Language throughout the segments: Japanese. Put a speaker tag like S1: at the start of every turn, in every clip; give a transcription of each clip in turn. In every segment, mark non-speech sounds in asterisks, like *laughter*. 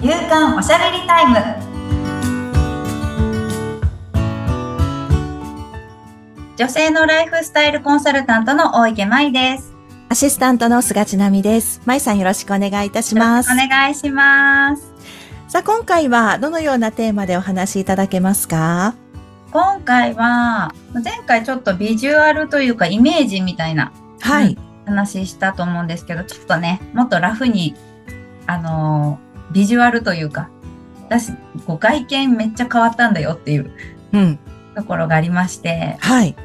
S1: 夕刊おしゃべりタイム女性のライフスタイルコンサルタントの大池舞です
S2: アシスタントの菅千奈美です。まいさんよろしくお願いいたし
S1: よろ
S2: ま
S1: し
S2: す
S1: くお。願いします
S2: さあ、今回はどのようなテーマでお話しいただけますか
S1: 今回は前回ちょっとビジュアルというかイメージみたいな
S2: はい。
S1: 話したと思うんですけどちょっとねもっとラフにあのービジュアルというか私こう外見めっちゃ変わったんだよっていう
S2: うん。
S1: ところがありまして
S2: はい。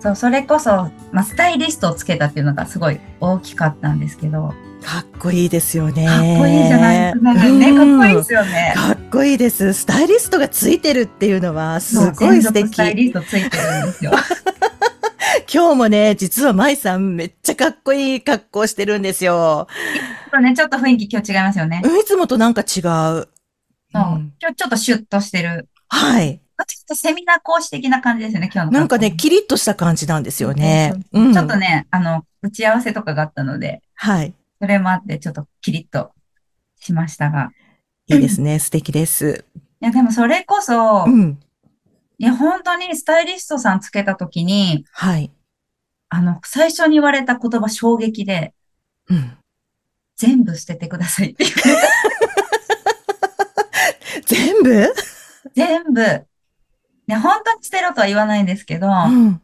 S1: そうそれこそ、まあ、スタイリストをつけたっていうのがすごい大きかったんですけど
S2: かっこいいですよね。
S1: かっこいいじゃないですかなんかねかっこいいですよね
S2: うん。かっこいいです。スタイリストがついてるっていうのはす
S1: そう
S2: ごい素
S1: 専属スタイ
S2: 敵。
S1: リストついてるんですよ。
S2: 今日もね、実はまいさんめっちゃかっこいい格好してるんですよ。
S1: そうね、ちょっと雰囲気今日違いますよね。
S2: うんいつもとなんか違
S1: そう
S2: う。うん
S1: 今日ちょっとシュッとしてる。
S2: はい。
S1: ちょっとセミナー講師的な感じですよね、今日の。
S2: なんかね、、キリッとした感じなんですよね。
S1: うんちょっと
S2: ね。
S1: ね、あの、打ち合わせとかがあったので、
S2: はい。
S1: それもあってちょっとキリッとしましたが。
S2: いいですね。素敵です。
S1: いや、でもそれこそ、
S2: うん。
S1: いや、本当にスタイリストさんつけたときに、
S2: はい。
S1: あの、最初に言われた言葉衝撃で、
S2: うん。
S1: 全部捨ててくださいって *laughs* いう。
S2: 全部
S1: 全部。ね、本当に捨てろとは言わないんですけど、
S2: うん。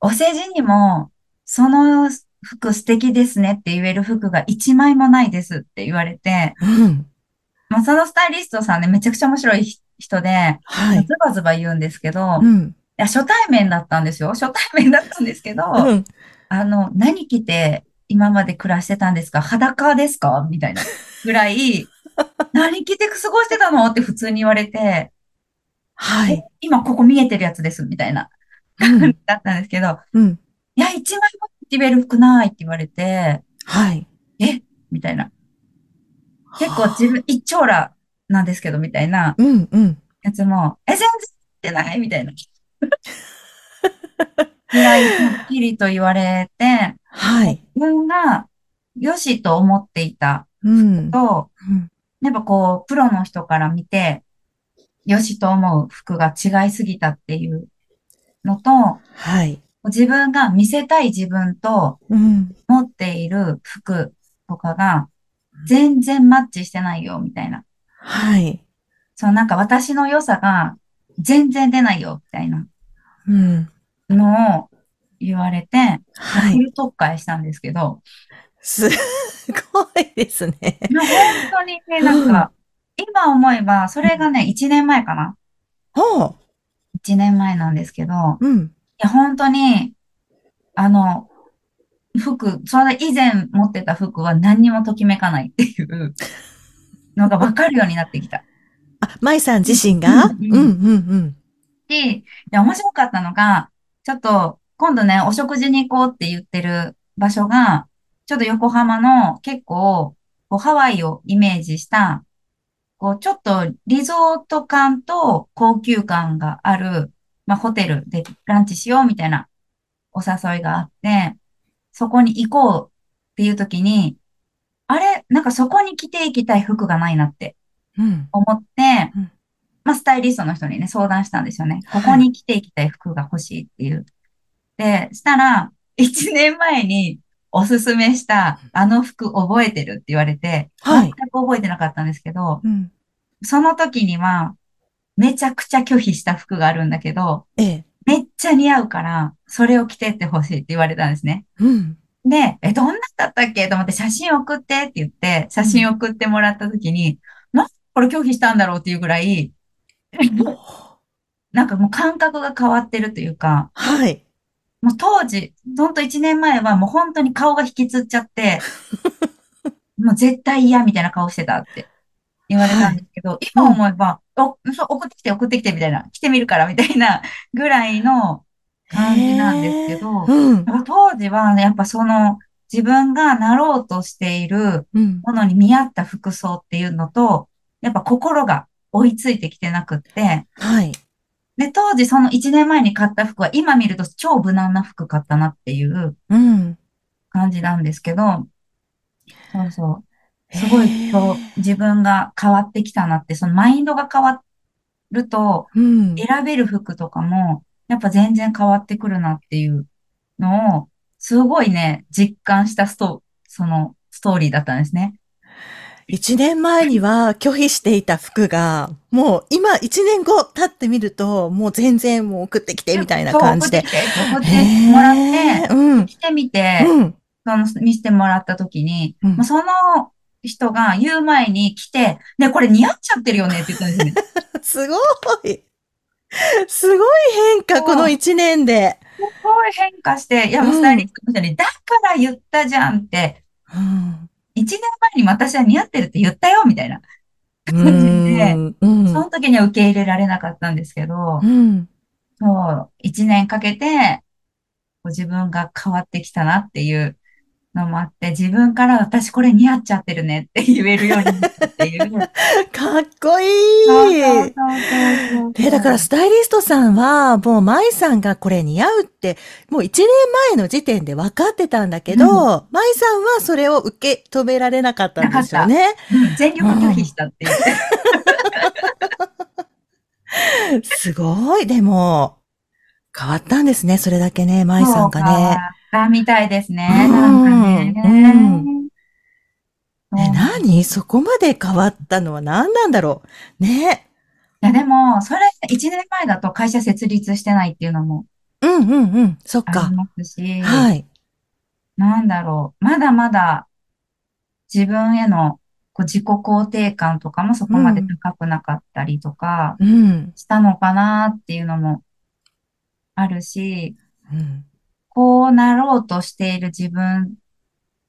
S1: お世辞にも、その服素敵ですねって言える服が一枚もないですって言われて、
S2: うん。
S1: まあ、そのスタイリストさんね、めちゃくちゃ面白い人で、
S2: はい。
S1: ズバズバ言うんですけど、い
S2: ん。
S1: や初対面だったんですよ。初対面だったんですけど、
S2: うん。
S1: あの、何着て今まで暮らしてたんですか裸ですかみたいなぐら
S2: *laughs*
S1: い、何着て過ごしてたのって普通に言われて、
S2: はい。
S1: 今ここ見えてるやつです、みたいな
S2: うん。
S1: だったんですけど、
S2: うん。
S1: いや、一枚も着れる服ないって言われて、
S2: はい。
S1: みたいな。結構自分、一長羅なんですけど、みたいな
S2: うん。うん。
S1: やつも、え、全然着てないみた
S2: *laughs*
S1: いな。ぐらい、はっきりと言われて、
S2: はい。
S1: 自分が、よしと思っていた
S2: うん。
S1: と、
S2: うん
S1: やっぱこう、プロの人から見て、よしと思う服が違いすぎたっていうのと、
S2: はい。
S1: 自分が見せたい自分と
S2: うん。
S1: 持っている服とかが、全然マッチしてないよ、みたいな。
S2: はい。
S1: そのなんか私の良さが全然出ないよ、みたいな
S2: うん。
S1: のを言われて、
S2: は
S1: 急
S2: い。
S1: 特会したんですけど、
S2: すごいですね。
S1: まあ本当にね、なんか、今思えば、それがね、1年前かな
S2: ほ。
S1: ?1 年前なんですけど、いう
S2: うん。
S1: や、本当に、あの、服、それ以前持ってた服は何にもときめかないっていうのが分かるようになってきた。
S2: あ、舞さん自身が
S1: う
S2: うんんうん
S1: で、いや、面白かったのが、ちょっと、今度ね、お食事に行こうって言ってる場所が、ちょっと横浜の結構、こうハワイをイメージした、こう、ちょっとリゾート感と高級感がある、まあ、ホテルでランチしようみたいなお誘いがあって、そこに行こうっていう時に、あれなんかそこに着ていきたい服がないなって
S2: うん。うん。
S1: 思って
S2: うん、
S1: まあ、スタイリストの人にね、相談したんですよね。こ
S2: はい
S1: こに着ていきたい服が欲しいっていう。で、したら、1年前におすすめしたあの服覚えてるって言われて、
S2: はい
S1: 全く覚えてなかったんですけど、
S2: うん。
S1: その時には、めちゃくちゃ拒否した服があるんだけど、
S2: ええ。
S1: めっちゃ似合うから、それを着てってほしいって言われたんですね。
S2: *laughs* うん。
S1: で、え、どんなだったっけと思って写真送ってって言って、写真送ってもらった時に、なんでこれ拒否したんだろうっていうぐらい、なんかもう感覚が変わってるというか、
S2: はい。
S1: もう当時、ほんと1年前はもう本当に顔が引きつっちゃって、もう絶対嫌みたいな顔してたって言われたんですけど、今思えば、お、そう、送ってきて送ってきてみたいな、来てみるからみたいなぐらいの感じなんですけど、
S2: うん。
S1: なんか当時は、ね、やっぱその自分がなろうとしている
S2: うん。
S1: ものに見合った服装っていうのと、やっぱ心が追いついてきてなくって、
S2: はい。
S1: で、当時その1年前に買った服は今見ると超無難な服買ったなっていう
S2: うん。
S1: 感じなんですけど、そうそう。すごい
S2: へえ
S1: こう、自分が変わってきたなって、そのマインドが変わると、
S2: うん。
S1: 選べる服とかも、やっぱ全然変わってくるなっていうのを、すごいね、実感したスト、そのストーリーだったんですね。
S2: 一年前には拒否していた服が、もう今一年後経ってみると、もう全然もう送ってきてみたいな感じで。
S1: そう送ってきて送って
S2: へ
S1: もらって、
S2: ーうん。
S1: 着てみて、
S2: うん。
S1: その、見せてもらったときに、
S2: うん
S1: もうその人が言う前に来て、ね、これ似合っちゃってるよねって言ったんです
S2: *laughs*
S1: ね。
S2: すごい。すごい変化、この一年で。
S1: すごい変化して、いや、もうスタイリストの人に、だから言ったじゃんって、
S2: うん。
S1: 1年前に私は似合ってるって言ったよ、みたいな。
S2: う
S1: 感じで
S2: ん。う
S1: その
S2: ん。
S1: 時には受け入れられなかったんですけど
S2: う、ん。
S1: そう、1年かけて、こう自分が変わってきたなっていうのもあって、自分から私これ似合っちゃってるねって言えるようになったって
S2: *laughs*
S1: いう。
S2: かっ
S1: そ
S2: こ
S1: う
S2: い
S1: そう
S2: い。
S1: そうそうそう
S2: え、だからスタイリストさんは、もう舞さんがこれ似合うって、もう一年前の時点で分かってたんだけど、舞さんはそれを受け止められなかったんですよね。
S1: うん全力拒否したっていう。
S2: *laughs* すごい、でも、変わったんですね、それだけね、舞さんが
S1: そう
S2: ね。
S1: か。だみたいですね。
S2: うん
S1: なんかね。
S2: うん
S1: そ
S2: ね、
S1: う
S2: 何そこまで変わったのは何なんだろうね。
S1: いや、でも、それ、1年前だと会社設立してないっていうのも
S2: うんうんうん。そっ
S1: あり
S2: か。
S1: ますし、
S2: はい。
S1: なんだろう。まだまだ自分へのこう自己肯定感とかもそこまで高くなかったりとか
S2: うん。
S1: したのかなっていうのもあるし、
S2: うん、
S1: こうなろうとしている自分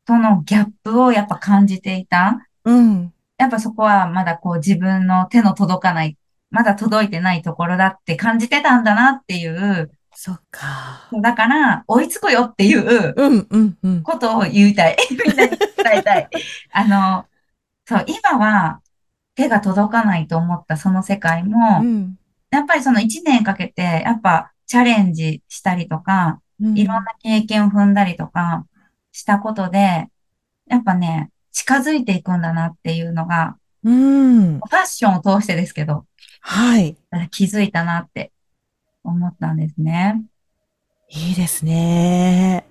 S1: とのギャップをやっぱ感じていた。
S2: うん。
S1: やっぱそこはまだこう自分の手の届かない、まだ届いてないところだって感じてたんだなっていう、
S2: そっか。
S1: だから追いつくよっていう
S2: うんうんうん。
S1: ことを言いた *laughs* い。みんなに伝えたい。あの、そう、今は手が届かないと思ったその世界も、
S2: うん。
S1: やっぱりその1年かけて、やっぱチャレンジしたりとか、
S2: うん
S1: いろんな経験を踏んだりとかしたことで、やっぱね、近づいていくんだなっていうのが、
S2: うん。
S1: ファッションを通してですけど、
S2: はい。
S1: 気づいたなって思ったんですね。
S2: いいですね。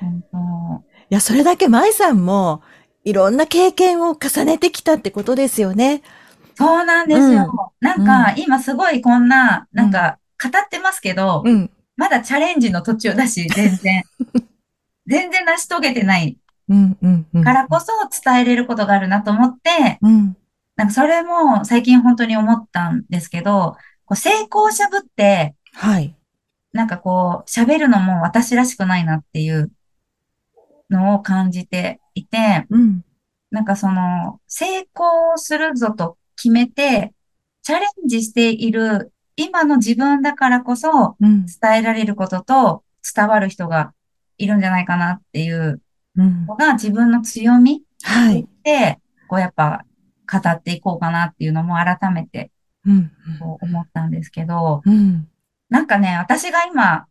S1: 本当
S2: いや、それだけ舞さんも、いろんな経験を重ねてきたってことですよね。
S1: そうなんですよ。なんか、今すごいこんな、
S2: うん
S1: なんか、語ってますけど、
S2: うん。
S1: まだチャレンジの途中だし、全
S2: *laughs*
S1: 然。全然成し遂げてない
S2: うん、うん、うん。
S1: からこそ伝えれることがあるなと思って、
S2: うん。
S1: なんかそれも最近本当に思ったんですけど、こう成功者ぶって、
S2: はい。
S1: なんかこう、喋るのも私らしくないなっていうのを感じていて、
S2: うん。
S1: なんかその、成功するぞと決めて、チャレンジしている今の自分だからこそ
S2: うん。
S1: 伝えられることと伝わる人がいるんじゃないかなっていう
S2: うん。
S1: のが自分の強み
S2: はい。
S1: で、こうやっぱ語っていこうかなっていうのも改めて
S2: うん。
S1: こう思ったんですけど、
S2: うん。
S1: なんかね、私が今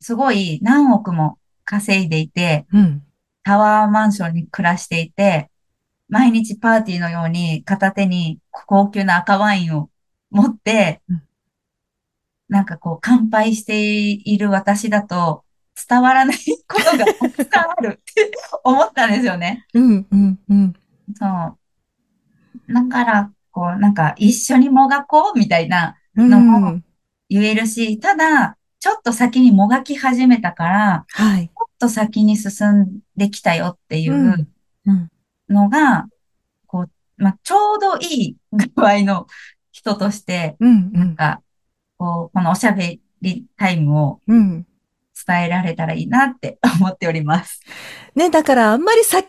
S1: すごい何億も稼いでいて、
S2: うん。
S1: タワーマンションに暮らしていて、毎日パーティーのように片手に高級な赤ワインを持って
S2: うん、
S1: なんかこう乾杯している私だと伝わらないこと
S2: *laughs*
S1: がたくさんあるって思ったんですよね。
S2: うん。うん。うん。
S1: そう。だから、こうなんか一緒にもがこうみたいな
S2: うん。
S1: 言えるし、ただ、ちょっと先にもがき始めたから、
S2: はい。
S1: ちょっと先に進んできたよっていう、
S2: うんうん。
S1: のが、こう、まあ、ちょうどいい具合の人として、
S2: うん。う
S1: なん
S2: ん。
S1: か、こう、このおしゃべりタイムを
S2: うん。
S1: 伝えられたらいいなって *laughs* 思っております。
S2: ね、だからあんまり先に過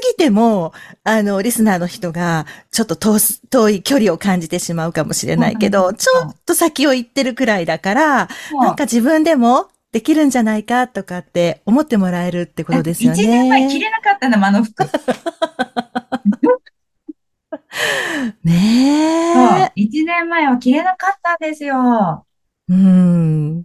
S2: ぎても、あの、リスナーの人が、ちょっと遠す、遠い距離を感じてしまうかもしれない
S1: そう
S2: け
S1: な
S2: ど、
S1: んで
S2: ち
S1: すよ
S2: ょっと先を行ってるくらいだから、
S1: も
S2: *laughs* なん
S1: う
S2: か自分でもできるんじゃないかとかって思ってもらえるってことですよね。
S1: 一年前着れなかったんだもん、あの服。そう
S2: ねえ。
S1: 一年前は着れなかったんですよ。
S2: うん。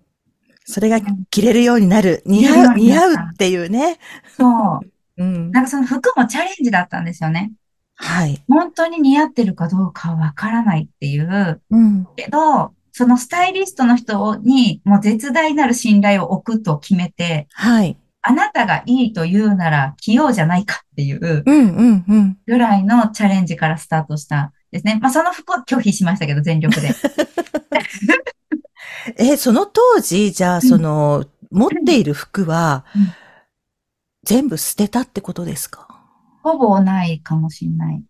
S2: それが着れるようになる。似
S1: 着れるよう
S2: 合う、
S1: に
S2: 似
S1: なった
S2: 合うっていうね。
S1: そう。
S2: うん。
S1: なんかその服もチャレンジだったんですよね。
S2: はい。
S1: 本当に似合ってるかどうかわからないっていう、
S2: うん。
S1: けど、そのスタイリストの人にもう絶大なる信頼を置くと決めて、
S2: はい。
S1: あなたがいいと言うなら器用じゃないかっていう
S2: うんうんうん。
S1: ぐらいのチャレンジからスタートしたですね。まあその服は拒否しましたけど、全力で。
S2: *laughs* え、その当時、じゃあ、
S1: うん
S2: その、持っている服は
S1: うん、
S2: 全部捨てたってことですか
S1: ほぼないかもしれないで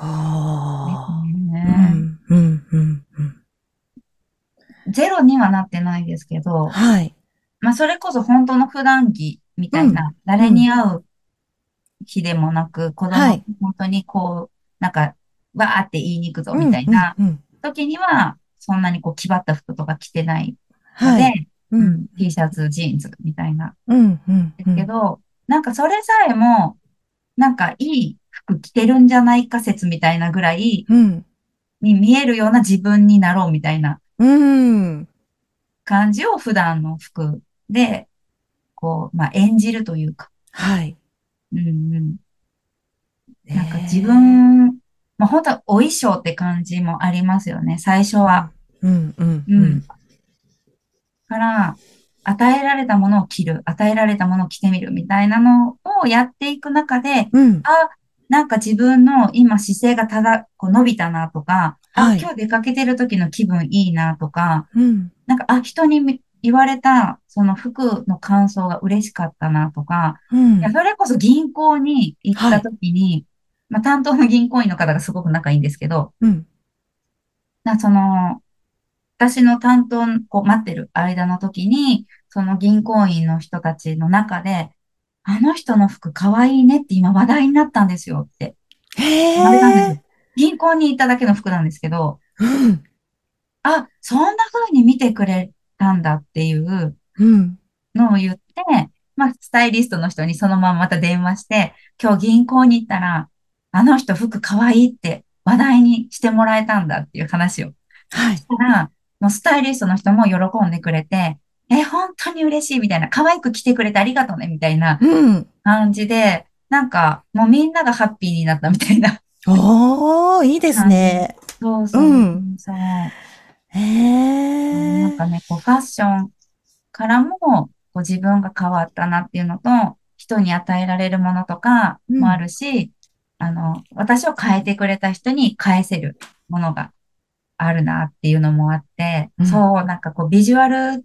S2: あ
S1: す
S2: あ。う
S1: ね。
S2: ん、うん、うん、うん。
S1: ゼロにはなってないですけど、
S2: はい。
S1: まあそれこそ本当の普段着みたいな、誰に会う日でもなく、子供
S2: はい
S1: 本当にこう、なんか、わーって言いに行くぞみたいな
S2: うん。うんうん
S1: 時には、そんなにこう、気張った服とか着てないので、
S2: はい。う
S1: うんん、T シャツ、ジーンズみたいな。
S2: うん、うん。
S1: ですけど、なんかそれさえも、なんかいい服着てるんじゃないか説みたいなぐらい
S2: うん。
S1: に見えるような自分になろうみたいな
S2: うん。
S1: 感じを普段の服で、こう、まあ演じるというか、
S2: はい。
S1: うんうん。なんか
S2: ねえ
S1: 自、分、まあ本当はお衣装って感じもありますよね、最初は。
S2: うん、うん、
S1: うん。から、与えられたものを着る、与えられたものを着てみるみたいなのをやっていく中で、
S2: うん。
S1: あ、なんか自分の今姿勢がただ、こう伸びたなとか、あ、
S2: はい
S1: 今日出かけてる時の気分いいなとか、
S2: うん。
S1: なんか、あ、人にみ言われた、その服の感想が嬉しかったなとか、
S2: うん
S1: いや、。それこそ銀行に行った時に、まあ担当の銀行員の方がすごく仲いいんですけど、
S2: うん。
S1: な、その、私の担当、こう待ってる間の時に、その銀行員の人たちの中で、あの人の服可愛いねって今話題になったんですよって。
S2: へ
S1: あれなん
S2: え
S1: で。銀行に行っただけの服なんですけど、
S2: うん。
S1: あ、そんな風に見てくれたんだっていう
S2: うん。
S1: のを言って、まあ、スタイリストの人にそのまままた電話して、今日銀行に行ったら、あの人服可愛いって話題にしてもらえたんだっていう話を
S2: はい。
S1: したら、もうスタイリストの人も喜んでくれて、え、本当に嬉しいみたいな、可愛く着てくれてありがとうねみたいな
S2: うん。
S1: 感じで、なんか、もうみんながハッピーになったみたいな。
S2: おー、いいですね。
S1: そうそう。
S2: うん
S1: そう。
S2: へ
S1: なん
S2: え
S1: か。ね、こうファッションからも、こう自分が変わったなっていうのと、人に与えられるものとかもあるし、あの、私を変えてくれた人に返せるものがあるなっていうのもあって、
S2: うん
S1: そう、なんかこうビジュアル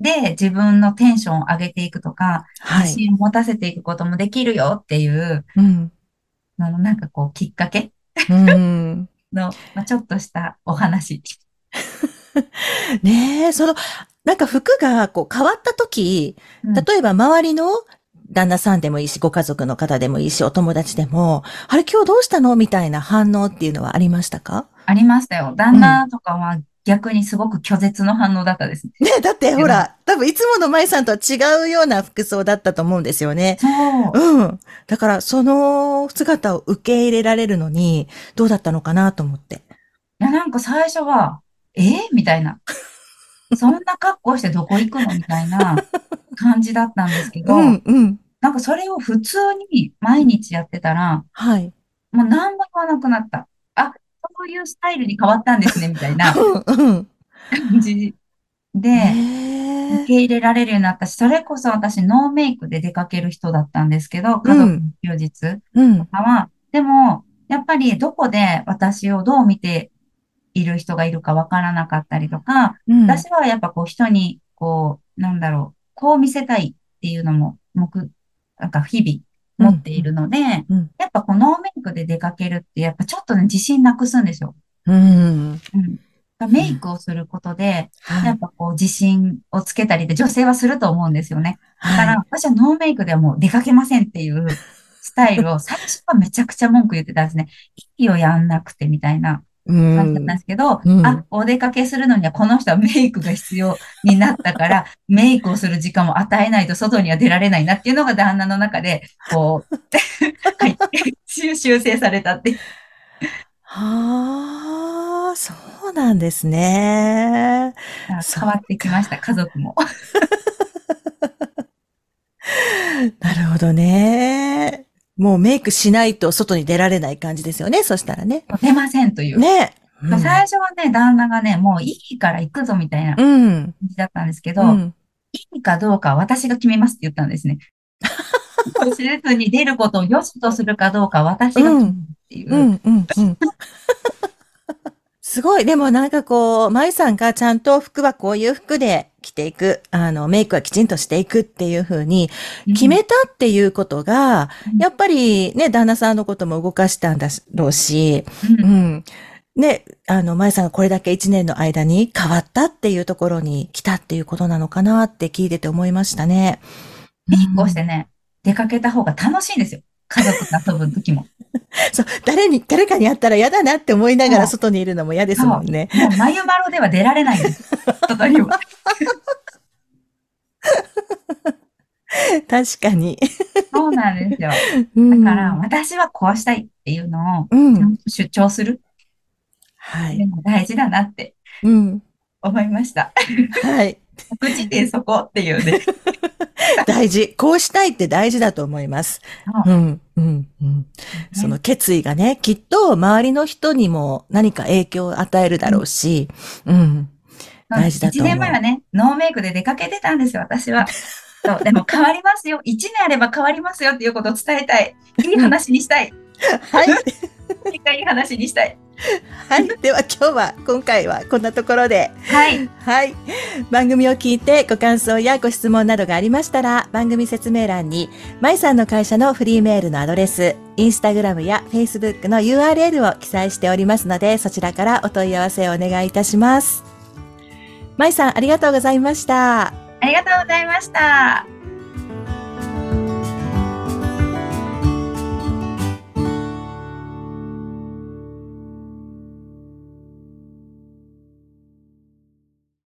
S1: で自分のテンションを上げていくとか、
S2: は
S1: 自
S2: い。
S1: 信を持たせていくこともできるよっていう、
S2: うん。
S1: あのなんかこうきっかけ
S2: うん。
S1: の、まあ、ちょっとしたお話。
S2: ねえ、その、なんか服がこう変わった時、
S1: うん
S2: 例えば周りの旦那さんでもいいし、ご家族の方でもいいし、お友達でも、あれ今日どうしたのみたいな反応っていうのはありましたか
S1: ありましたよ。旦那とかは逆にすごく拒絶の反応だったですね。
S2: ねえ、だってほら、多分いつもの舞さんとは違うような服装だったと思うんですよね。
S1: そう。
S2: うん。だから、その姿を受け入れられるのに、どうだったのかなと思って。
S1: いや、なんか最初は、えーみたい
S2: *laughs*
S1: な。そんな格好してどこ行くのみたいな感じだったんですけど、
S2: うん、うん。
S1: なんかそれを普通に毎日やってたら、
S2: はい。
S1: もう何も言わなくなった。あ、そういうスタイルに変わったんですね、みたいな
S2: うん、うん。
S1: 感じ
S2: へ
S1: で、受
S2: え。
S1: け入れられるようになったし、それこそ私ノーメイクで出かける人だったんですけど、家族の休日。
S2: うん、
S1: かは、でも、やっぱりどこで私をどう見ている人がいるかわからなかったりとか、
S2: うん。
S1: 私はやっぱこう人に、こう、なんだろう、こう見せたいっていうのも、目、なんか日々持っているので、
S2: うん
S1: やっぱこうノーメイクで出かけるって、やっぱちょっとね、自信なくすんですよ。
S2: うん。
S1: うん。メイクをすることで、
S2: は
S1: や
S2: い
S1: っ。ぱこう自信をつけたりって女性はすると思うんですよね。だか
S2: は
S1: ら、
S2: い。
S1: 私はノーメイクではもう出かけませんっていうスタイ
S2: *laughs*
S1: ルを、最初はめちゃくちゃ文句言ってたんですね。いいよ、やんなくてみたいな
S2: う
S1: 感じだったん
S2: ん
S1: で。すけど、
S2: うん
S1: あ、お出かけするのにはこの人はメイクが必要になったから、メイクをする時間を与えないと外には出られないなっていうのが旦那の中で、こ
S2: *laughs*
S1: う、はい、修修正されたっていう。
S2: はあ、そうなんですね。そう
S1: 変わってきました、家族も。
S2: なるほどね。もうメイクしないと外に出られない感じですよね。そしたらね。
S1: 出ませんという。
S2: ね。うん
S1: 最初はね、旦那がね、もういいから行くぞみたいな感
S2: うん。
S1: じだったんですけど、
S2: うん。
S1: いいかどうかは私が決めますって言ったんです
S2: *laughs*
S1: ね。施設に出ることを良しとするかどうかは私が決めるっていう。
S2: うん、うん、うん。すごい。でもなんかこう、舞さんがちゃんと服はこういう服で着ていく。あの、メイクはきちんとしていくっていう風に決めたっていうことが、
S1: うん
S2: やっぱりね、旦那さんのことも動かしたんだろうし、
S1: うん
S2: うん。ね、あの、舞さんがこれだけ一年の間に変わったっていうところに来たっていうことなのかなって聞いてて思いましたね。
S1: メイクをしてね、出かけた方が楽しいんですよ。家族と遊ぶ時も。
S2: そう、誰に、誰かに会ったら嫌だなって思いなが
S1: そ
S2: ら
S1: う
S2: 外にいるのも嫌ですもんね。
S1: もう眉丸では出られないんです。外には。
S2: 確かに。
S1: そうなんですよ。
S2: だ
S1: だから、、私はこうしたいっていうのを、
S2: うん。
S1: ちゃんと主張する
S2: は
S1: ってい
S2: い。
S1: うのが大事だなって
S2: うん。
S1: 思いました。
S2: はい。
S1: 着地点そこっていうね。
S2: 大事。こうしたいって大事だと思います。うん。うん。うん。 *laughs* その決意がね、きっと周りの人にも何か影響を与えるだろうし、うん。大事だと思う
S1: 1年前はね、ノーメイクで出かけてたんですよ、私
S2: *laughs*
S1: は。そう、でも変わりますよ。1年あれば変わりますよっていうことを伝えたい。いい話にしたい。
S2: *laughs* はい。
S1: 一回いい話にしたい。
S2: はい。では今日は、今回はこんなところで。
S1: はい。
S2: *laughs* はい。番組を聞いてご感想やご質問などがありましたら、番組説明欄に、まいさんの会社のフリーメールのアドレス、インスタグラムやフェイスブックの URL を記載しておりますので、そちらからお問い合わせをお願いいたします。まいさん、ありがとうございました。
S1: ありがとうございました。